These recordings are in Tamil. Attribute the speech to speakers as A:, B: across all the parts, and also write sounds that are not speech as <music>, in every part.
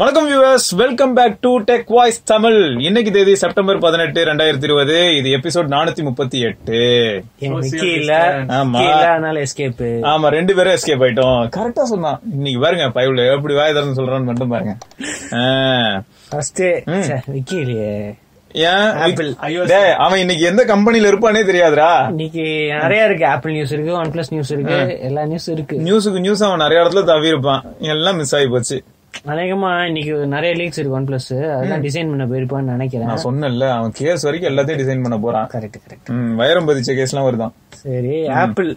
A: வணக்கம் viewers welcome back to Tech Voice Tamil இன்னைக்கு தேதி செப்டம்பர் பதினெட்டு ரெண்டாயிரத்தி இருபது இது எபிசோட் நானூத்தி முப்பத்தி எட்டு
B: எங்க
C: Social
B: நிக்கி இல்ல
C: distance.
A: ஆமா.
B: நிக்கி இல்ல அதனால எஸ்கேப்
A: ஆமா ரெண்டு பேரும் எஸ்கேப் ஆயிட்டோம் கரெக்டா சொன்னான் இன்னைக்கு பாருங்க பைபிள் எப்படி வாய் திறந்து சொல்றான்னு மட்டும் பாருங்க ஆ.
B: ஃபர்ஸ்ட் நிக்கி இல்லையே
A: ஏன்
B: Apple,
A: இ- டேய், அவன் இன்னைக்கு எந்த கம்பெனில இருப்பானே தெரியாதுடா
B: இன்னைக்கு நிறைய இருக்கு ஆப்பிள் நியூஸ் இருக்கு ஒன் பிளஸ் நியூஸ் இருக்கு எல்லா நியூஸ் இருக்கு
A: நியூஸுக்கு நியூஸ் அவன் நிறைய இடத்துல தவி இருப்பான் எல்லாம் மிஸ் ஆகி போச்சு
B: அநேகமா இன்னைக்கு நிறைய லீக்ஸ் இருக்கு ஒன் பிளஸ் அதெல்லாம் டிசைன் பண்ண போயிருப்பான்னு நினைக்கிறேன்
A: நான் சொன்னேன்ல அவன் கேஸ் வரைக்கும் எல்லாத்தையும் டிசைன் பண்ண போறான்
B: கரெக்ட் கரெக்ட்
A: ம், வைரம் பதிச்ச கேஸ்லாம் வருதான்
B: சரி ஆப்பிள்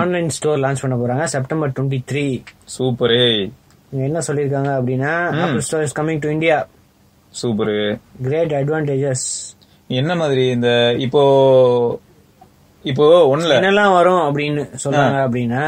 B: ஆன்லைன் ஸ்டோர் லான்ச் பண்ண போறாங்க செப்டம்பர் டுவெண்ட்டி த்ரீ
A: சூப்பரே
B: என்ன சொல்லிருக்காங்க அப்படின்னா Apple store is coming to India
A: super
B: great advantages
A: என்ன மாதிரி இந்த இப்போ இப்போ ஒண்ணுல
B: என்னெல்லாம் வரும் அப்படின்னு சொல்றாங்க அப்படின்னா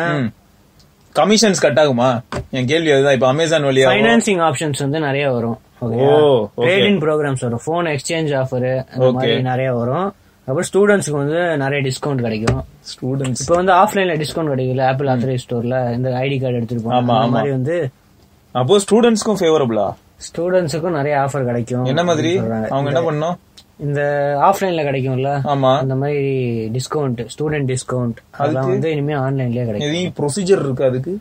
A: கமிஷன்ஸ் கட் ஆகுமா என் கேள்வி அதுதான் இப்போ அமேசான் வழியா
B: ஃபைனான்சிங் ஆப்ஷன்ஸ் வந்து நிறைய வரும்
A: ஓ, okay.
B: ட்ரேட் இன் ப்ரோக்ராம்ஸ் வரும் ஃபோன் எக்ஸ்சேஞ்ச் ஆஃபர் அந்த மாதிரி நிறைய வரும் அப்புறம் ஸ்டூடெண்ட்ஸ்க்கு வந்து நிறைய டிஸ்கவுண்ட் கிடைக்கும்
A: ஸ்டூடெண்ட்ஸ்
B: இப்போ வந்து ஆஃப்லைன்ல டிஸ்கவுண்ட் கிடைக்கல ஆப்பிள் ஆத்தரைஸ் ஸ்டோர்ல இந்த ஐடி கார்டு எடுத்துருப்போம்
A: ஆமா,
B: அந்த
A: ஆமா.
B: மாதிரி வந்து
A: அப்போ ஸ்டூடெண்ட்ஸ்க்கும் ஃபேவரபிளா
B: ஸ்டூடெண்ட்ஸுக்கும் நிறைய ஆஃபர் கிடைக்கும்
A: என்ன மாதிரி
B: அப்படின்னு சொல்றாங்க.
A: அவங்க என்ன பண்ணணும்
B: இந்த ஆஃப்லைன்ல கிடைக்கும்ல
A: ஆமா
B: அந்த மாதிரி டிஸ்கவுண்ட் ஸ்டூடெண்ட் டிஸ்கவுண்ட் அதெல்லாம் வந்து இனிமே ஆன்லைன்லயே கிடைக்கும்
A: எதையும் ப்ரொசீஜர் இருக்கு அதுக்கு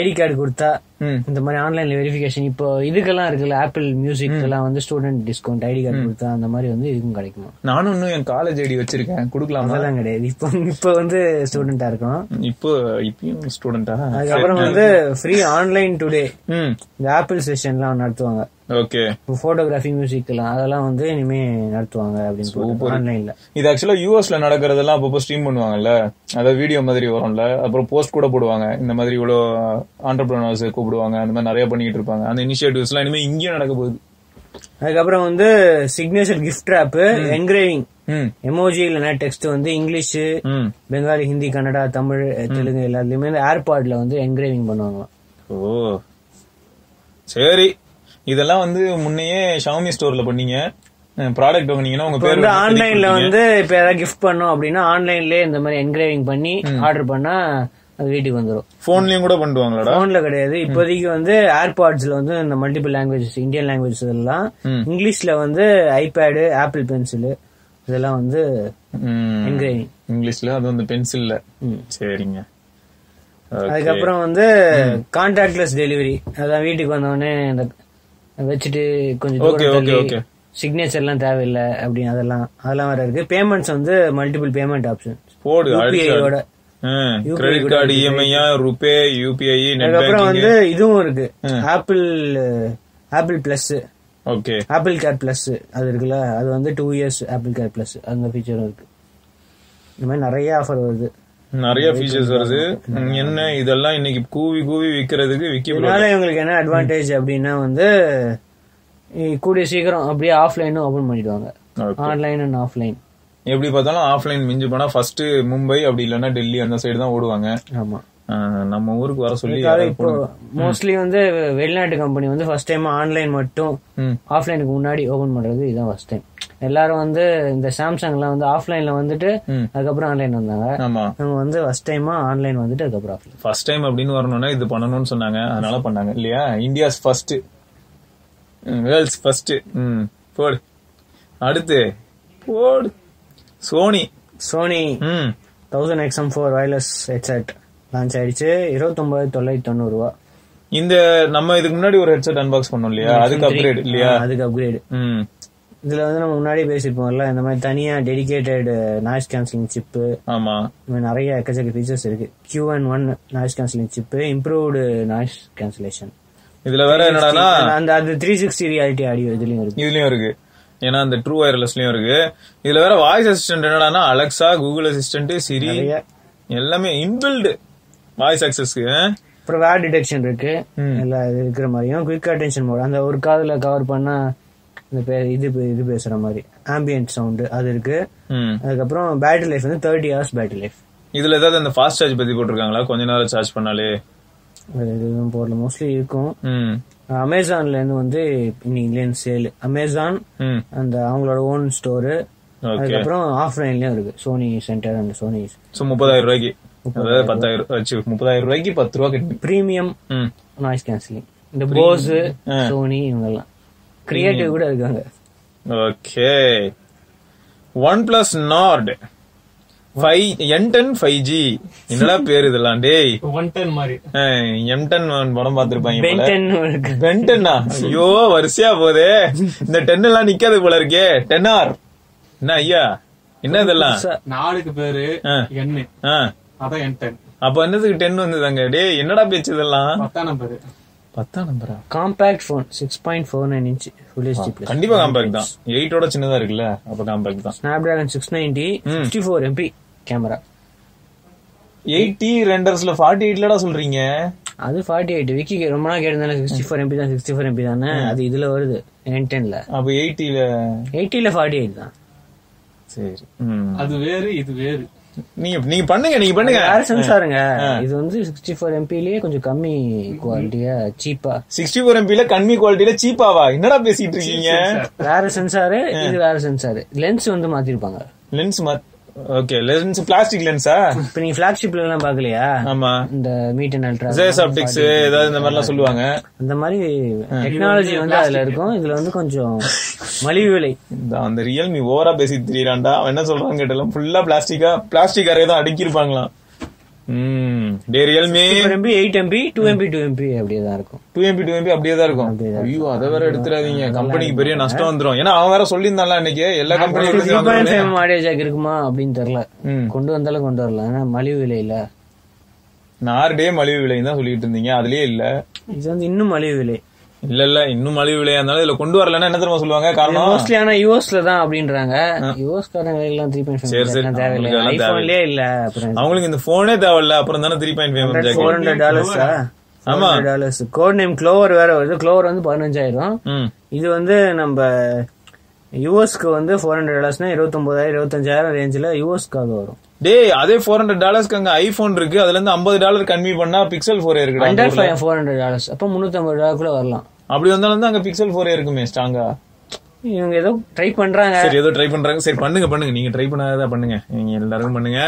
B: ஐடி கார்டு கொடுத்தா
A: ம்
B: இந்த மாதிரி ஆன்லைன்ல வெரிஃபிகேஷன் இப்போ இதுக்கெல்லாம் இருக்குல்ல ஆப்பிள் மியூசிக் எல்லாம் வந்து ஸ்டூடெண்ட் டிஸ்கவுண்ட் ஐடி கார்டு கொடுத்தா அந்த மாதிரி வந்து இதுக்கும் கிடைக்குமா
A: நானும் இன்னும் என் காலேஜ் ஐடி வச்சிருக்கேன் கொடுக்கலாமா
B: அதெல்லாம் கிடையாது இப்போ இப்போ வந்து ஸ்டூடெண்டா இருக்கோம்
A: இப்போ இப்பயும் ஸ்டூடெண்டா
B: அதுக்கப்புறம் வந்து ஃப்ரீ ஆன்லைன் டுடே
A: ம்
B: இந்த ஆப்பிள் செஷன்லாம் நடத்துவாங்க
A: ஓகே
B: போட்டோகிராஃபி மியூசிக் எல்லாம் அதெல்லாம் வந்து இனிமே நடத்துவாங்க அப்படின்னு ஆன்லைன்ல
A: இது ஆக்சுவலா யூஎஸ்ல நடக்கிறதெல்லாம் அப்பப்போ ஸ்ட்ரீம் பண்ணுவாங்கல்ல அதாவது வீடியோ மாதிரி வரும்ல அப்புறம் போஸ்ட் கூட போடுவாங்க இந்த மாதிரி இவ்வளோ ஆண்டர்பிரினர்ஸ் கூப்பிடுவாங்க அந்த மாதிரி நிறைய பண்ணிக்கிட்டு இருப்பாங்க அந்த இனிஷியேட்டிவ்ஸ் எல்லாம் இனிமே இங்கேயும் நடக்க போகுது
B: அதுக்கப்புறம் வந்து சிக்னேச்சர் கிஃப்ட் ஆப் என்கிரேவிங்
A: ம்
B: எமோஜி இல்லைன்னா டெக்ஸ்ட் வந்து இங்கிலீஷ்
A: ம்
B: பெங்காலி ஹிந்தி கன்னடா தமிழ் தெலுங்கு எல்லாத்துலயுமே இந்த ஏர்பாட்ல வந்து என்கிரேவிங் பண்ணுவாங்களாம்
A: ஓ சரி இதெல்லாம் வந்து முன்னையே ஷாமி ஸ்டோர்ல பண்ணீங்க ப்ராடக்ட் வாங்குனீங்கன்னா உங்க
B: இப்ப
A: பேர்
B: வந்து
A: வந்து
B: ஆன்லைன்ல வந்து இப்ப யாராவது கிஃப்ட் பண்ணோம் அப்படின்னா ஆன்லைன்லயே இந்த மாதிரி என்கிரேவிங் பண்ணி ஆர்டர் பண்ணா அது வீட்டுக்கு வந்துரும்
A: போன்லயும் கூட பண்ணுவாங்களாடா
B: போன்ல கிடையாது இப்போதைக்கு வந்து ஏர்பாட்ஸ்ல வந்து இந்த மல்டிபிள் லாங்குவேஜஸ் இந்தியன் லாங்குவேஜஸ் இதெல்லாம்
A: ம்.
B: இங்கிலீஷ்ல வந்து ஐபேடு ஆப்பிள் பென்சில் இதெல்லாம் வந்து
A: ம்.
B: என்கிரேவிங்
A: இங்கிலீஷ்ல அது வந்து பென்சில்ல சரிங்க Okay.
B: அதுக்கப்புறம் வந்து கான்டாக்ட்லெஸ் டெலிவரி அதான் வீட்டுக்கு வந்தவொடனே இந்த வச்சுட்டு கொஞ்சம்
A: Okay,
B: தூரம்
A: okay,
B: தள்ளி
A: okay.
B: சிக்னேச்சர்லாம் தேவையில்லை அப்படின்னு அதெல்லாம் அதெல்லாம் வேற இருக்கு பேமெண்ட்ஸ் வந்து மல்டிபிள் பேமெண்ட் ஆப்ஷன்
A: போடு
B: யூபிஐயோட
A: அடுத்து கிரெடிட் கார்டு இஎம்ஐயா ருபே யூபிஐ நெட்
B: அதுக்கப்புறம்
A: பேங்கிங்
B: வந்து இதுவும் இருக்கு Apple Apple plus
A: okay
B: Apple care plus அது இருக்குல்ல அது வந்து two years Apple care plus அந்த ஃபீச்சரும் இருக்கு இந்த மாதிரி நிறைய ஆஃபர் வருது
A: நிறைய ஃபீச்சர்ஸ் வருது ம், என்ன இதெல்லாம் இன்னைக்கு கூவி கூவி விக்கிறதுக்கு விக்கி
B: இதனால இவங்களுக்கு என்ன அட்வான்டேஜ் அப்படின்னா வந்து இ- கூடிய சீக்கிரம் அப்படியே ஆஃப்லைனும் ஓபன் பண்ணிடுவாங்க ஆன்லைன் அண்ட் ஆஃப்லைன்
A: எப்படி பார்த்தாலும் ஆஃப்லைன் மிஞ்சி போனா ஃபர்ஸ்ட் மும்பை அப்படி இல்லைன்னா டெல்லி அந்த சைடு தான் ஓடுவாங்க
B: ஆமா
A: ஆ, நம்ம ஊருக்கு வர சொல்லி
B: அதாவது இப்போ மோஸ்ட்லி வந்து வெ- வெளிநாட்டு கம்பெனி வந்து ஃபர்ஸ்ட் டைம் ஆன்லைன் மட்டும்
A: ம்.
B: ஆஃப்லைனுக்கு முன்னாடி ஓபன் பண்றது இதுதான் ஃபர்ஸ்ட் டைம் எல்லாரும் வந்து இந்த சாம்சங்லாம் வந்து ஆஃப்லைன்ல வந்துட்டு
A: ம்.
B: அதுக்கப்புறம் ஆன்லைன் வந்தாங்க
A: ஆமா
B: நம்ம வந்து ஃபர்ஸ்ட் டைமா ஆன்லைன் வந்துட்டு அதுக்கப்புறம் ஆஃப்லைன்
A: ஃபர்ஸ்ட் டைம் அப்படின்னு வரணும்னா இது பண்ணணும்னு சொன்னாங்க அதனால பண்ணாங்க இல்லையா இந்தியாஸ் ஃபர்ஸ்ட் வேர்ல்ட்ஸ் ஃபர்ஸ்ட் ம் போடு அடுத்து போடு சோனி
B: சோனி
A: ம்
B: thousand XM four wireless headset launch ஆயிடுச்சு இருபத்தொன்பது தொள்ளாயிரத்தி தொண்ணூறு ரூபா
A: இந்த நம்ம இதுக்கு முன்னாடி ஒரு ஹெட்செட் அன்பாக்ஸ் பண்ணோம் இல்லையா அதுக்கு அப்கிரேட் இல்லையா
B: ஆ, அதுக்கு அப்கிரேட்
A: ம்
B: இதுல வந்து நம்ம முன்னாடி பேசியிருப்போம்ல இந்த மாதிரி தனியா டெடிகேட்டட் நாய்ஸ் கேன்சலிங் சிப்பு
A: ஆமா
B: நிறைய எக்கச்சக்க ஃபீச்சர்ஸ் இருக்கு Q and one noise cancelling chip improved noise cancellation
A: இதுல வேற என்னடானா
B: அந்த அது த்ரீ சிக்ஸ்டி ரியாலிட்டி ஆடியோ இதுலயும் இருக்கு
A: இதுலயும் இருக்கு ஏன்னா அந்த ட்ரூ வயர்லெஸ்லயும் இருக்கு இதுல வேற வாய்ஸ் அசிஸ்டன்ட் என்னடானா அலெக்சா கூகுள் அசிஸ்டன்ட் சிரி
B: நிறைய.
A: எல்லாமே இன்பில்டு வாய்ஸ் அக்சஸ்க்கு
B: அப்புறம் வேர் டிடெக்ஷன் இருக்கு எல்லாம் இது இருக்கிற மாதிரியும் குயிக் அட்டென்ஷன் மோட் அந்த ஒரு காதுல கவர் பண்ணா இந்த பே- இது இது பேசுற மாதிரி ஆம்பியன்ட் சவுண்டு அது இருக்கு
A: ம்
B: அதுக்கப்புறம் பேட்டரி லைஃப் வந்து தேர்ட்டி ஹவர்ஸ் பேட்டரி லைஃப்
A: இதுல ஏதாவது அந்த ஃபாஸ்ட் சார்ஜ் பத்தி போட்டிருக்காங்களா கொஞ்ச நேரம் சார்ஜ் பண்ணாலே
B: இதுவும் போடல மோஸ்ட்லி இருக்கும்
A: ம்
B: அமேசான்ல இருந்து வந்து இன்னைக்கு சேல் அமேசான்
A: ம்
B: அந்த அவங்களோட ஓன் ஸ்டோரு
A: ஓகே
B: அதுக்கப்புறம் ஆஃப்லைன்லயும் இருக்கு Sony centre and Sony
A: so முப்பதாயிரம் ரூபாய்க்கு அதாவது பத்தாயிரம் வச்சு முப்பதாயிரம் ரூபாய்க்கு பத்து ரூபா கட்டி
B: பிரீமியம்
A: ம்
B: நாய்ஸ் கேன்சலிங் இந்த போஸ் சோனி இவங்கெல்லாம் கிரியேட்டிவ் கூட இருக்காங்க
A: okay one plus Nord five N ten five G என்னடா பேர் இதெல்லாம் டேய்
C: ஒன் டென் மாதிரி
A: எம் டென் படம் பார்த்திருப்பாங்க போல.
B: பென்டன் இருக்கு
A: பென்டென்னா ஐயோ வரிசையா போதே இந்த டென் எல்லாம் நிக்காது போல இருக்கே டென்னார் என்ன ஐயா என்ன இதெல்லாம்
C: நாளுக்கு பேரு
A: ஆ.
C: எண்ணு
A: ஆ,
C: அதான் என் டென்
A: அப்ப என்னதுக்கு டென் வந்ததாங்க டேய் என்னடா பேச்சு இதெல்லாம்
C: பத்தாம் நம்பர்
A: பத்தாம் நம்பரா
B: compact phone six point four nine inch full HD plus
A: கண்டிப்பா காம்பேக்ட் தான் எயிட்டோட சின்னதா இருக்குல்ல அப்ப காம்பேக்ட் தான்
B: snap dragon six ninety sixty four MP camera
A: eighty ரெண்டர்ஸ்ல ஃபார்ட்டி எயிட்லடா சொல்றீங்க
B: அது ஃபார்ட்டி எயிட் விக்கி ரொம்ப நாள் கேட்டிருந்தானே சிக்ஸ்டி ஃபோர் எம்பி தான் சிக்ஸ்டி ஃபோர் எம்பி தானே அது இதுல வருது நைன் டென்ல
A: அப்ப எயிட்டில
B: எயிட்டில ஃபார்ட்டி எயிட் தான்
A: சரி ம்.
C: அது வேறு இது வேறு
A: நீங்க நீங்க பண்ணுங்க நீங்க பண்ணுங்க
B: வேற சென்சாருங்க இது வந்து சிக்ஸ்டி ஃபோர் எம்பிலேயே கொஞ்சம் கம்மி குவாலிட்டியா சீப்பா
A: சிக்ஸ்டி ஃபோர் எம்பில கம்மி குவாலிட்டியில சீப்பாவா என்னடா பேசிட்டு இருக்கீங்க
B: வேற சென்சாரு இது வேற சென்சாரு லென்ஸ் வந்து மாத்திருப்பாங்க
A: லென்ஸ் ஓகே லென்ஸ் பிளாஸ்டிக் லென்ஸா
B: இப்ப நீங்க பிளாக்ஷிப்ல எல்லாம் பாக்கலையா
A: ஆமா
B: இந்த மீட் அண்ட் அல்ட்ரா
A: ஜேஸ் ஆப்டிக்ஸ் ஏதாவது இந்த மாதிரிலாம் சொல்லுவாங்க
B: அந்த மாதிரி டெக்னாலஜி வந்து அதுல இருக்கும் இதுல வந்து கொஞ்சம் மலிவு விலை
A: இந்த அந்த ரியல்மி ஓவரா பேசி திரியறான்டா அவன் என்ன சொல்றான் கேட்டலாம் ஃபுல்லா பிளாஸ்டிக்கா பிளாஸ்டிக் அறையை தான் அடுக்கி இருப்பாங்களாம் ம் டே Realme
B: MP eight MP two MP two MP அப்படியே தான் இருக்கும்
A: டூ எம்பி டூ எம்பி அப்படியே தான் இருக்கும் ஐயோ அதை வேற எடுத்துடாதீங்க கம்பெனிக்கு பெரிய நஷ்டம் வந்துரும் ஏன்னா அவன் வேற சொல்லியிருந்தான்ல அன்னைக்கு எல்லா <laughs>
B: த்ரீ பாயிண்ட்
A: கம்பெனியும்
B: ஃபைவ் ஆடியோ ஜாக் இருக்குமா அப்படின்னு தெரியல
A: ம்.
B: கொண்டு வந்தாலும் கொண்டு வரல ஆனா மலிவு விலையில
A: நார் டே மலிவு விலைன்னு தான் சொல்லிட்டு இருந்தீங்க அதுலயே இல்ல
B: இது வந்து இன்னும் மலிவு விலை
A: இல்ல இல்ல இன்னும் மலிவு விலையா இருந்தாலும் இதுல கொண்டு வரலன்னா என்ன தெரியுமா சொல்லுவாங்க காரணம்
B: மோஸ்ட்லி ஆனா யூஎஸ்ல தான் அப்படின்றாங்க யூஎஸ் காரங்க எல்லாம் த்ரீ பாயிண்ட்
A: சரி, சரி.
B: ஃபைவ் தேவையில்லை
A: அவங்களுக்கு எல்லாம்
B: ஐபோன்லயே இல்ல அப்புறம்
A: அவங்களுக்கு இந்த போனே தேவையில்ல அப்புறம் தானே three point five
B: four hundred டாலர்ஸா
A: ஆமா.
B: ஆமா டாலர்ஸ் கோட் நேம் க்ளோவர் வேற வருது க்ளோவர் வந்து பதினஞ்சாயிரம்
A: ம்
B: இது வந்து நம்ம யூஎஸ்க்கு வந்து ஃபோர் ஹண்ட்ரட் டாலர்ஸ்னா இருபத்தொன்பதாயிரம் இருபத்தஞ்சாயிரம் ரேஞ்சில் யூஎஸ்க்காக வரும்
A: டேய் அதே ஃபோர் ஹண்ட்ரட் டாலர்ஸ்க்கு அங்க ஐபோன் இருக்கு அதுல இருந்து ஐம்பது டாலர் கம்மி பண்ணா பிக்சல் ஃபோர் இருக்குடா
B: under five four hundred dollars அப்போ முந்நூற்றம்பது டாலருக்குள்ள வரலாம்
A: அப்படி வந்தாலும் தான் அங்க பிக்சல் ஃபோர் இருக்குமே ஸ்ட்ராங்கா
B: இவங்க ஏதோ ட்ரை பண்றாங்க
A: சரி ஏதோ ட்ரை பண்றாங்க சரி பண்ணுங்க பண்ணுங்க நீங்க ட்ரை பண்ணாததா பண்ணுங்க நீங்க எல்லாரும் பண்ணுங்க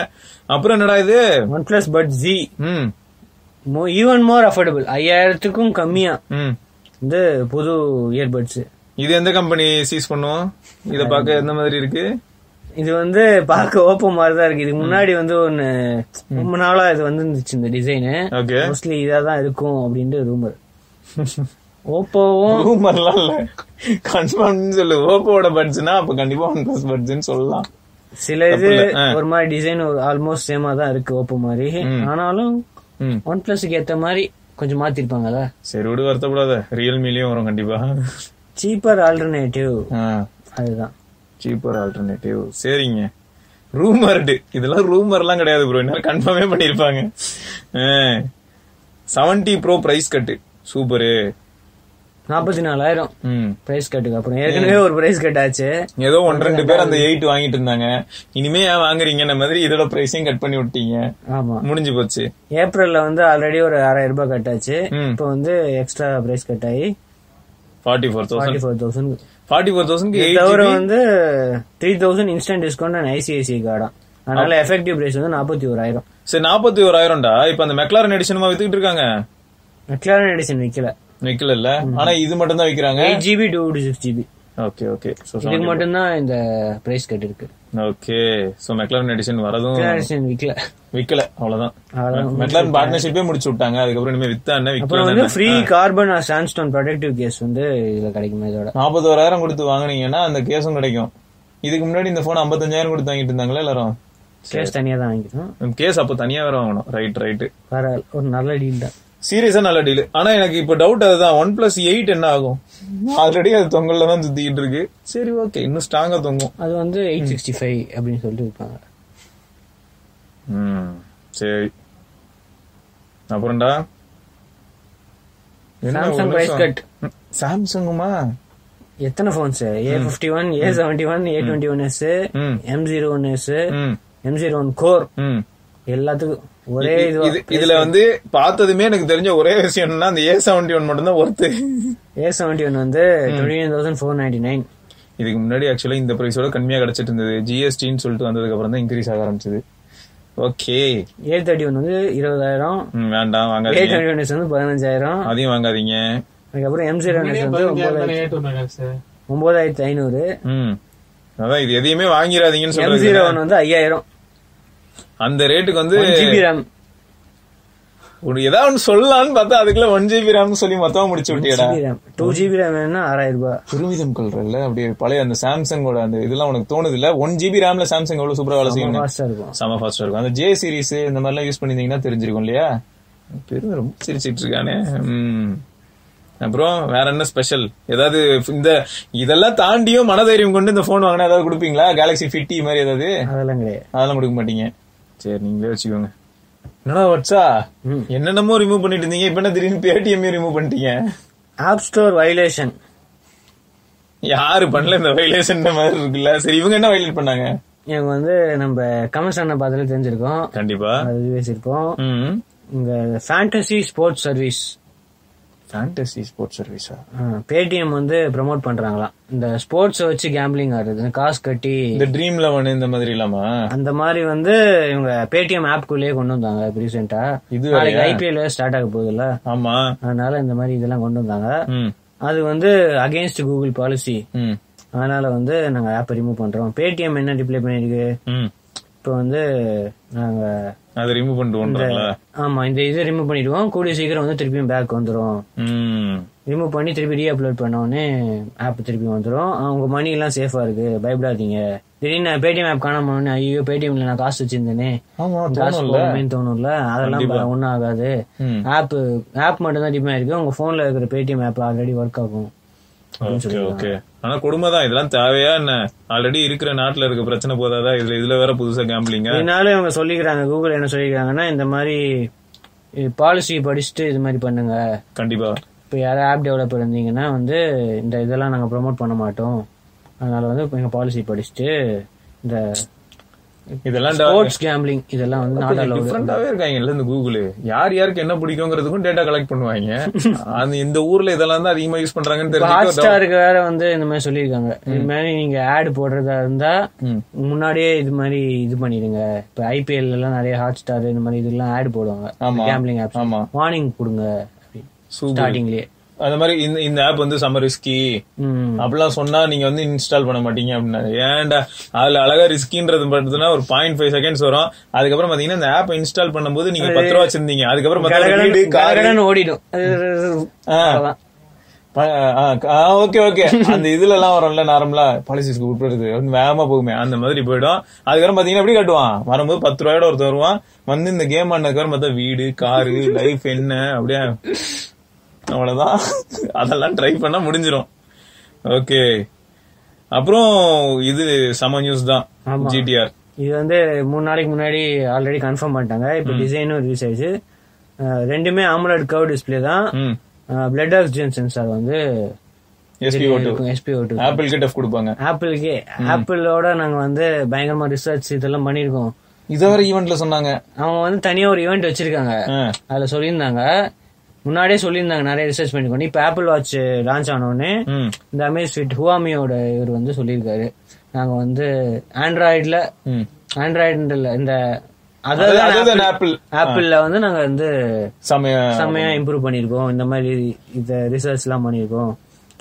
A: அப்புறம் என்னடா இது
B: ஒன் பிளஸ் பட் ஜி
A: ம்
B: ஈவன் மோர் அஃபோர்டபுள் ஐயாயிரத்துக்கும் கம்மியா
A: ம்
B: வந்து புது இயர்பட்ஸ்
A: இது எந்த கம்பெனி சீஸ் பண்ணுவோம் இத பார்க்க எந்த மாதிரி இருக்கு
B: இது வந்து பார்க்க ஓப்போ மாதிரி தான் இருக்கு இதுக்கு முன்னாடி வந்து ஒன்னு ரொம்ப நாளா இது வந்து இருந்துச்சு இந்த டிசைனு
A: ஓகே
B: மோஸ்ட்லி இதா தான் இருக்கும் அப்படின்ட்டு ரூமர் ஓப்போவும்
A: ரூமர்லாம் இல்ல கன்ஃபார்ம்னு சொல்லு ஓப்போட பட்ஸ்னா அப்ப கண்டிப்பா ஒன் பிளஸ் பட்ஸ்ன்னு சொல்லலாம்
B: சில இது
A: தப்பு இல்ல, ஆ.
B: ஒரு மாதிரி டிசைன் ஒரு ஆல்மோஸ்ட் சேமா தான் இருக்கு ஓப்போ மாதிரி ஆனாலும்
A: ம்
B: ஒன் பிளஸ்க்கு ஏத்த மாதிரி கொஞ்சம் மாத்திருப்பாங்கல்ல
A: சரி விடு வருத்தப்படாத ரியல்மிலயும் வரும் கண்டிப்பா
B: சீப்பர் ஆல்டர்னேட்டிவ்
A: ஆ
B: அதுதான்
A: சீப்பர் ஆல்டர்னேட்டிவ் சரிங்க ரூமர்டு இதெல்லாம் ரூமர்லாம் கிடையாது ப்ரோ இன்னும் கன்ஃபார்மே பண்ணியிருப்பாங்க seventy bro price cut super
B: நாற்பத்தி நாலாயிரம்
A: ம்
B: பிரைஸ் கட்டுக்கு அப்புறம் ஏற்கனவே ஒரு பிரைஸ் கட் ஆச்சு
A: ஏதோ ஒன்று ரெண்டு பேர் அந்த எயிட் வாங்கிட்டு இருந்தாங்க இனிமே ஏன் வாங்குறீங்கன்ன மாதிரி இதோட பிரைஸையும் கட் பண்ணி விட்டீங்க
B: ஆமா
A: முடிஞ்சு போச்சு
B: ஏப்ரல்ல வந்து ஆல்ரெடி ஒரு ஆறாயிரம் ரூபாய் கட் ஆச்சு
A: ம்.
B: இப்போ வந்து எக்ஸ்ட்ரா பிரைஸ் கட் ஆகி
A: forty four thousand
B: forty four thousand
A: forty four தௌசண்ட்க்கு
B: தவிர
A: எயிட்
B: வந்து three thousand instant discount and ICICI கார்டா அதனால எஃபெக்டிவ் பிரைஸ் வந்து நாற்பத்தி ஓராயிரம்
A: சரி நாற்பத்தி ஓராயிரம்டா இப்ப அந்த மெக்லாரன் எடிஷனுமா வித்துக்கிட்டு இருக்காங்க
B: மெக்லாரன் எடிஷன் விற்கல
A: நிக்கல இல்ல ஆனா இது மட்டும் தான் விக்கிறாங்க
B: eight GB two six GB
A: okay okay
B: இதுக்கு மட்டும்தான் இந்த பிரைஸ் கட் இருக்கு
A: ஓகே சோ மெக்லாரன் எடிஷன் வரதும்
B: டிக்ளரேஷன் விக்கல
A: விக்கல அவ்வளவுதான்
B: அவ்வளவுதான்
A: மெக்லாரன் பார்ட்னர்ஷிப்பே முடிச்சு விட்டாங்க அதுக்கப்புறம் இனிமே வித்தா என்ன
B: அப்புறம் வந்து
A: விக்கல
B: free carbon sandstone protective case வந்து இதுல கிடைக்குமா இதோட
A: நாற்பத்தோராயிரம் கொடுத்து வாங்குனீங்கன்னா அந்த கேஸும் கிடைக்கும் இதுக்கு முன்னாடி இந்த போன் ஐம்பத்தஞ்சாயிரம் கொடுத்து வாங்கிட்டு இருந்தாங்களா எல்லாரும்
B: கேஸ் தனியா தான் வாங்கிக்கணும்
A: கேஸ் அப்ப தனியா வேற வாங்கணும் ரைட் ரைட்
B: பரவாயில்ல ஒரு நல்ல டீல் தான்
A: சீரியஸா நல்ல டீல் ஆனா எனக்கு இப்ப டவுட் அதுதான் ஒன் பிளஸ் எயிட் என்ன ஆகும் ஆல்ரெடி அது தொங்கல்ல தான் சுத்திக்கிட்டு இருக்கு சரி ஓகே இன்னும் ஸ்ட்ராங்கா தொங்கும்
B: அது வந்து எயிட் சிக்ஸ்டி ஃபைவ் அப்படின்னு சொல்லிட்டு இருப்பாங்க
A: ம், சரி அப்புறம்டா என்ன
B: சாம்சங்
A: ஒரு
B: பிரைஸ்
A: நிமிஷம்.
B: கட்
A: சாம்சங்குமா
B: எத்தனை phones A fifty one A seventy one A twenty one S
A: ம்.
B: எம் ஜீரோ ஒன் எஸ்
A: ம்
B: எம் ஜீரோ ஒன் கோர்
A: ம்
B: எல்லாத்துக்கும் ஒரே
A: இது-
B: இது
A: இது- இதுல வந்து பார்த்ததுமே எனக்கு தெரிஞ்ச ஒரே விஷயம் என்னன்னா அந்த ஏ செவன்டி ஒன் மட்டும் தான் ஒர்த்து
B: ஏ செவன்டி ஒன் வந்து twenty nine thousand four ninety nine
A: இதுக்கு முன்னாடி ஆக்சுவலா இந்த பிரைஸோட கம்மியா கிடைச்சிட்டு இருந்தது ஜிஎஸ்டின்னு சொல்லிட்டு வந்ததுக்கு அப்புறம் தான் இன்க்ரீஸ் ஆக ஆரம்பிச்சது ஓகே
B: ஏ தேர்ட்டி ஒன் வந்து இருபதாயிரம்
A: வேண்டாம்
B: ஏ
A: வாங்காதீங்க
B: டுவெண்ட்டி ஒன் எஸ் வந்து பதினஞ்சாயிரம்
A: அதையும் வாங்காதீங்க
B: அதுக்கப்புறம் எம் ஜீரோ
C: முன்னாடியே
B: வந்து
C: பதினஞ்சு இருந்தானே ஏட்டு வந்தாங்க சார்
B: ஒன்பதாயிரத்தி ஐநூறு
A: ம் அதான் இது எதையுமே வாங்கிடாதீங்கன்னு
B: எம்
A: சொல்றது
B: ஜீரோ ஒன் வந்து ஐயாயிரம்
A: அந்த ரேட்டுக்கு வந்து
B: ஜிபி ரேம்
A: ஒரு ஏதாவது ஒன்று சொல்லலாம்னு பார்த்தா அதுக்குள்ள ஒன் ஜிபி ரேம்னு சொல்லி மொத்தமா முடிச்சு விட்டியடா
B: GB RAM two GB RAM வேணும்னா ஆறாயிரம் ரூபாய்
A: பெருமிதம் கொள்றல்ல அப்படியே பழைய அந்த சாம்சங்கோட அந்த இதெல்லாம் உனக்கு தோணுது இல்ல ஒன் ஜிபி ரேம்ல சாம்சங் எவ்வளவு சூப்பரா வேலை செய்யும்
B: ஃபாஸ்டா இருக்கும்
A: செம ஃபாஸ்டா இருக்கும் அந்த ஜே சீரிஸ் இந்த மாதிரிலாம் யூஸ் பண்ணிருந்தீங்கன்னா தெரிஞ்சிருக்கும் இல்லையா பெரும் ரொம்ப சிரிச்சிட்டு இருக்கானே ம். அப்புறம் வேற என்ன ஸ்பெஷல் ஏதாவது இந்த இதெல்லாம் தாண்டியும் மனதைரியம் கொண்டு இந்த ஃபோன் வாங்கினா ஏதாவது கொடுப்பீங்களா கேலக்ஸி ஃபிஃப்டி மாதிரி ஏதாவது
B: அதெல்லாம் கிடையாது
A: அதெல்லாம் கொடுக்க மாட்டீங்க சரி நீங்களே வச்சுக்கோங்க என்னடா வட்சா என்னென்னமோ ரிமூவ் பண்ணிட்டு இருந்தீங்க இப்ப என்ன திடீர்னு பேடிஎம் ரிமூவ் பண்ணிட்டீங்க
B: ஆப் ஸ்டோர் வைலேஷன்
A: யாரு பண்ணல இந்த வைலேஷன் மாதிரி இருக்குல்ல சரி இவங்க என்ன வைலேட் பண்ணாங்க
B: இவங்க வந்து நம்ம கமல் சார் பார்த்தாலே தெரிஞ்சிருக்கோம்
A: கண்டிப்பா
B: அது பேசியிருக்கோம்
A: ம்
B: இங்க fantasy sports service
A: fantasy sports சர்வீஸா
B: பேடிஎம் வந்து ப்ரோமோட் பண்றாங்களாம் இந்த ஸ்போர்ட்ஸ் வச்சு கேம்பிளிங் ஆடுறது இந்த காசு கட்டி
A: இந்த ட்ரீம் லெவன் இந்த மாதிரி இல்லாமா
B: அந்த மாதிரி வந்து இவங்க பேடிஎம் ஆப்குள்ளேயே கொண்டு வந்தாங்க ரீசெண்டா
A: இது
B: நாளைக்கு ஐபிஎல் ஸ்டார்ட் ஆக போகுதுல்ல
A: ஆமா
B: அதனால இந்த மாதிரி இதெல்லாம் கொண்டு வந்தாங்க
A: ம்
B: அது வந்து அகைன்ஸ்ட் கூகுள் பாலிசி
A: ம்
B: அதனால வந்து நாங்க ஆப்பை ரிமூவ் பண்றோம் பேடிஎம் என்ன டிப்ளே பண்ணிருக்கு
A: ம்
B: இப்போ வந்து நாங்க
A: அதை ரிமூவ் பண்ணிட்டு ஓடுறாங்களா?
B: ஆமா இந்த இதை ரிமூவ் பண்ணிடுவோம் கூடிய சீக்கிரம் வந்து திருப்பியும் பேக் வந்துரும்
A: ம்
B: ரிமூவ் பண்ணி திருப்பி ரீஅப்லோட் பண்ணோடனே ஆப் திருப்பி வந்துடும் உங்க மணி எல்லாம் சேஃபா இருக்கு பயப்படாதீங்க திடீர்னு நான் பேடிஎம் ஆப் காணாமனே ஐயோ பேடிஎம்ல நான் காசு வச்சிருந்தேனே
A: ஆமா
B: காசு
A: தோணும்ல
B: போகுமேன்னு தோணும்ல அதெல்லாம் பா- ஒண்ணும் ஆகாது
A: ம்
B: ஆப் ஆப் மட்டும் தான் டிபெண்ட் ஆயிருக்கு உங்க போன்ல இருக்கிற பேடிஎம் ஆப் ஆல்ரெடி ஒர்க் ஆகும்
A: ஓகே ஓகே ஆனா கொடுமை தான் இதெல்லாம் தேவையா என்ன ஆல்ரெடி இருக்கிற நாட்டுல இருக்க பிரச்சனை போதாதா இதுல இதுல வேற புதுசா கேம்பிளிங்க
B: இதனால இவங்க சொல்லிக்கிறாங்க கூகுள் என்ன சொல்லிக்கிறாங்கன்னா இந்த மாதிரி பாலிசி படிச்சுட்டு இது மாதிரி பண்ணுங்க
A: கண்டிப்பா
B: இப்போ யாராவது ஆப் டெவலப்பர் இருந்தீங்கன்னா வந்து இந்த இதெல்லாம் நாங்கள் ப்ரோமோட் பண்ண மாட்டோம் அதனால வந்து எங்கள் பாலிசி படிச்சுட்டு இந்த
A: இதெல்லாம்
B: ஸ்போர்ட்ஸ் கேம்பிளிங் இதெல்லாம் வந்து நாட் அலோடு
A: டிஃப்ரெண்டாவே இருக்காங்கல்ல இந்த கூகுள் யார் யாருக்கு என்ன பிடிக்குங்கிறதுக்கும் டேட்டா கலெக்ட் <laughs> பண்ணுவாங்க அந்த இந்த ஊர்ல இதெல்லாம் தான் அதிகமா யூஸ் பண்றாங்கன்னு
B: ஹாட்
A: தெரிஞ்சு
B: ஸ்டாருக்கு வேற வந்து இந்த மாதிரி சொல்லியிருக்காங்க இது மாதிரி நீங்க ஆட் போடுறதா இருந்தா
A: ம்.
B: முன்னாடியே இது மாதிரி இது பண்ணிடுங்க இப்போ ஐபிஎல் எல்லாம் நிறைய ஹாட் ஸ்டார் இந்த மாதிரி இதெல்லாம் ஆட் போடுவாங்க
A: ஆமா.
B: கேம்பிளிங் ஆப்
A: ஆமா
B: வார்னிங் கொடுங்க
A: சூப்பர்
B: ஸ்டார்டிங்லயே
A: அந்த மாதிரி இந்த இந்த ஆப் வந்து செம ரிஸ்கி
B: ம்
A: அப்படிலாம் சொன்னா நீங்க வந்து இன்ஸ்டால் பண்ண மாட்டீங்க அப்படின்னா ஏன்டா அதுல அழகா ரிஸ்கின்றது பார்த்தீங்கன்னா ஒரு பாயிண்ட் ஃபைவ் செகண்ட்ஸ் வரும் அதுக்கப்புறம் பாத்தீங்கன்னா இந்த ஆப் இன்ஸ்டால் பண்ணும்போது நீங்க பத்து ரூபா வச்சிருந்தீங்க அதுக்கப்புறம் பார்த்தா வீடு, காரு,
B: கடகடன்னு ஓடிடும் அது- அது- அது-
A: ஆ.
B: அவ்வளவுதான்.
A: ஓகே
B: <laughs>
A: ஓகே அந்த இதுல எல்லாம் வரும்ல நார்மலா பாலிசிஸ்க்கு உட்படுது அப்படின்னு வேகமா போகுமே அந்த மாதிரி போயிடும் அதுக்கப்புறம் பாத்தீங்கன்னா எப்படி கட்டுவான் வரும்போது பத்து ரூபாயோட ஒருத்தர் வருவான் வந்து இந்த கேம் ஆனதுக்கப்புறம் பார்த்தா வீடு காரு லைஃப் என்ன அப்படியே அவ்வளவுதான் அதெல்லாம் ட்ரை பண்ணா முடிஞ்சிரும் ஓகே அப்புறம் இது சம நியூஸ் தான்
B: ஆமா.
A: ஜிடிஆர்
B: இது வந்து மூணு நாளைக்கு முன்னாடி ஆல்ரெடி கன்ஃபார்ம் பண்ணிட்டாங்க இப்போ டிசைனும் ரிலீஸ் ஆயிடுச்சு அஹ் ரெண்டுமே ஆம்லட் கர்வ் டிஸ்ப்ளே தான்
A: ம்
B: பிளட் ஆக்சிஜன் சென்சார் வந்து
A: SP O two
B: SP O two
A: Apple கிட்ட கொடுப்பாங்க
B: ஆப்பிளுக்கே ஆப்பிளோட நாங்க வந்து பயங்கரமா ரிசர்ச் இதெல்லாம் பண்ணியிருக்கோம்
A: இதை வர ஈவெண்ட்ல சொன்னாங்க
B: அவங்க வந்து தனியா ஒரு ஈவெண்ட் வச்சிருக்காங்க
A: ஆ.
B: அதுல சொல்லியிருந்தாங்க முன்னாடியே சொல்லியிருந்தாங்க நிறைய ரிசர்ச் பண்ணிக்கணும் இப்போ ஆப்பிள் வாட்ச் லான்ச் ஆனோடனே
A: ம்
B: இந்த அமேஸ் ஃபிட் ஹுவாமியோட இவர் வந்து சொல்லியிருக்காரு நாங்க வந்து ஆண்ட்ராய்டில்
A: ம்
B: ஆண்ட்ராய்டு இல்ல இந்த
A: அதாவது
B: அதாவது
A: அதுதான் ஆப்பிள்
B: ஆப்பிள்ல வந்து நாங்க வந்து
A: சமயம்
B: செம்மையா இம்ப்ரூவ் பண்ணிருக்கோம் இந்த மாதிரி இந்த ரிசர்ச் எல்லாம் பண்ணிருக்கோம்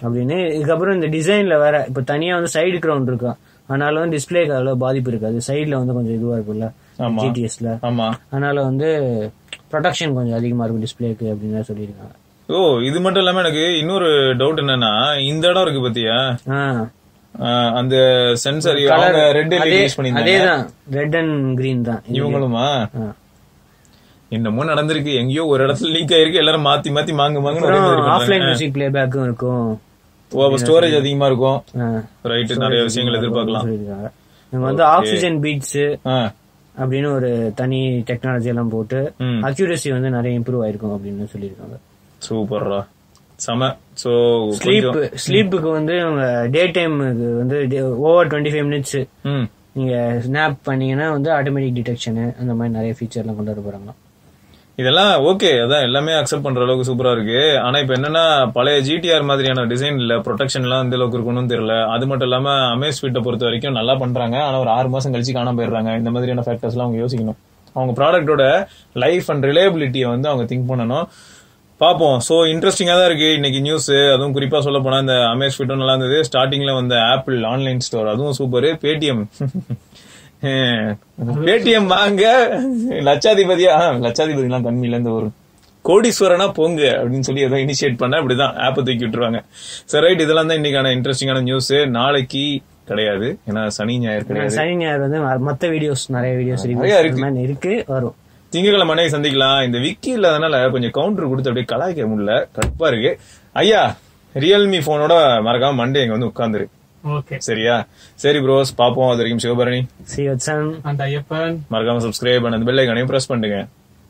B: அப்படின்னு இதுக்கப்புறம் இந்த டிசைன்ல வேற இப்ப தனியா வந்து சைடு கிரவுண்ட் இருக்கும் அதனால வந்து டிஸ்பிளேக்கு அவ்வளவு பாதிப்பு இருக்காது சைடுல வந்து கொஞ்சம் இதுவா இருக்கும்ல
A: ஆமா.
B: ஜிடிஎஸ்ல
A: ஆமா
B: அதனால வந்து ப்ரொடக்ஷன் கொஞ்சம் அதிகமா இருக்கும் டிஸ்பிளேக்கு அப்படின்னு சொல்லியிருக்காங்க
A: ஓ இது மட்டும் இல்லாம எனக்கு இன்னொரு டவுட் என்னன்னா இந்த இடம் இருக்கு பாத்தியா
B: ஆ
A: அஹ் அந்த சென்சார்
B: கலர்
A: ரெட்
B: அதே
A: யூஸ் பண்ணிருந்தாங்க
B: அதேதான் ரெட் அண்ட் கிரீன் தான் இது.
A: இவங்களுமா
B: ஆ.
A: என்னமோ நடந்திருக்கு எங்கேயோ ஒரு இடத்துல லீக் ஆயிருக்கு எல்லாரும் மாத்தி மாத்தி மாங்க
B: அப்புறம்
A: மாங்க
B: ஆஃப்லைன் மியூசிக் பிளேபேக்கும் இருக்கும்
A: ஓ அப்ப ஸ்டோரேஜ் அதிகமா இருக்கும்
B: ஆ,
A: ரைட் நிறைய விஷயங்கள் எதிர்பார்க்கலாம்
B: சொல்லியிருக்காங்க இவங்க வந்து ஆக்சிஜன் பீட்ஸ்
A: ஆ,
B: அப்படின்னு ஒரு தனி டெக்னாலஜி எல்லாம் போட்டு
A: ம்.
B: அக்யூரசி வந்து நிறைய இம்ப்ரூவ் ஆயிருக்கும் அப்படின்னு சொல்லியிருக்காங்க
A: சூப்பர்ரா செம சோ
B: ஸ்லீப் ஸ்லீப்புக்கு வந்து அவங்க டே டைம் வந்து ஓவர் டுவெண்ட்டி ஃபைவ் மினிட்ஸ்
A: ம்
B: நீங்க ஸ்னாப் பண்ணீங்கன்னா வந்து ஆட்டோமேட்டிக் டிடெக்ஷனு அந்த மாதிரி நிறைய ஃபீச்சர்லாம் கொண்டு வர போறாங்க
A: இதெல்லாம் ஓகே அதான் எல்லாமே அக்செப்ட் பண்ற அளவுக்கு சூப்பரா இருக்கு ஆனா இப்ப என்னன்னா பழைய ஜிடிஆர் மாதிரியான டிசைன் இல்ல ப்ரொடெக்ஷன் எல்லாம் இந்த அளவுக்கு இருக்கணும்னு தெரியல அது மட்டும் இல்லாம அமேஸ் வீட்டை பொறுத்த வரைக்கும் நல்லா பண்றாங்க ஆனா ஒரு ஆறு மாசம் கழிச்சு காணாம போயிடுறாங்க இந்த மாதிரியான ஃபேக்டர்ஸ் எல்லாம் அவங்க யோசிக்கணும் அவங்க ப்ராடக்ட்டோட லைஃப் அண்ட் ரிலையபிலிட்டியை வந்து அவங்க திங்க் பண்ணணும் பாப்போம் சோ இன்ட்ரெஸ்டிங்கா தான் இருக்கு இன்னைக்கு நியூஸ் அதுவும் குறிப்பா சொல்ல போனா இந்த அமேஸ் ஃபிட்டும் நல்லா இருந்தது ஸ்டார்டிங்ல வந்த ஆப்பிள் ஆன்லைன் ஸ்டோர் அதுவும் சூப்பர் <laughs> பேடிஎம் பேடிஎம் வாங்க லட்சாதிபதியா ஆ, லட்சாதிபதிலாம் கண்மில இருந்து வரும் கோடீஸ்வரனா போங்க அப்படின்னு சொல்லி ஏதோ இனிஷியேட் பண்ண அப்படிதான் ஆப்பை தூக்கி விட்டுருவாங்க சரி ரைட் இதெல்லாம் தான் இன்னைக்கான இன்ட்ரெஸ்டிங்கான நியூஸ் நாளைக்கு கிடையாது ஏன்னா சனி ஞாயிறு கிடையாது
B: சனி ஞாயிறு வந்து ம- மத்த வீடியோஸ் நிறைய வீடியோஸ்
A: நிறைய இருக்கு.
B: இருக்கு வரும்
A: திங்கட்கிழமை அன்னைக்கு சந்திக்கலாம் இந்த விக்கி இல்லாதனால கொஞ்சம் கவுண்டர் கொடுத்து அப்படியே கலாய்க்க முடியல கடுப்பா இருக்கு ஐயா ரியல்மி போனோட மறக்காம மண்டே இங்க வந்து உட்காந்துரு
C: ஓகே
A: சரியா சரி ப்ரோஸ் பாப்போம் அது வரைக்கும் சிவபரணி
B: சி வத்சன்
C: அந்த ஐயப்பன்
A: மறக்காம சப்ஸ்கிரைப் பண்ண பெல் ஐக்கானையும் பிரஸ் பண்ணுங்க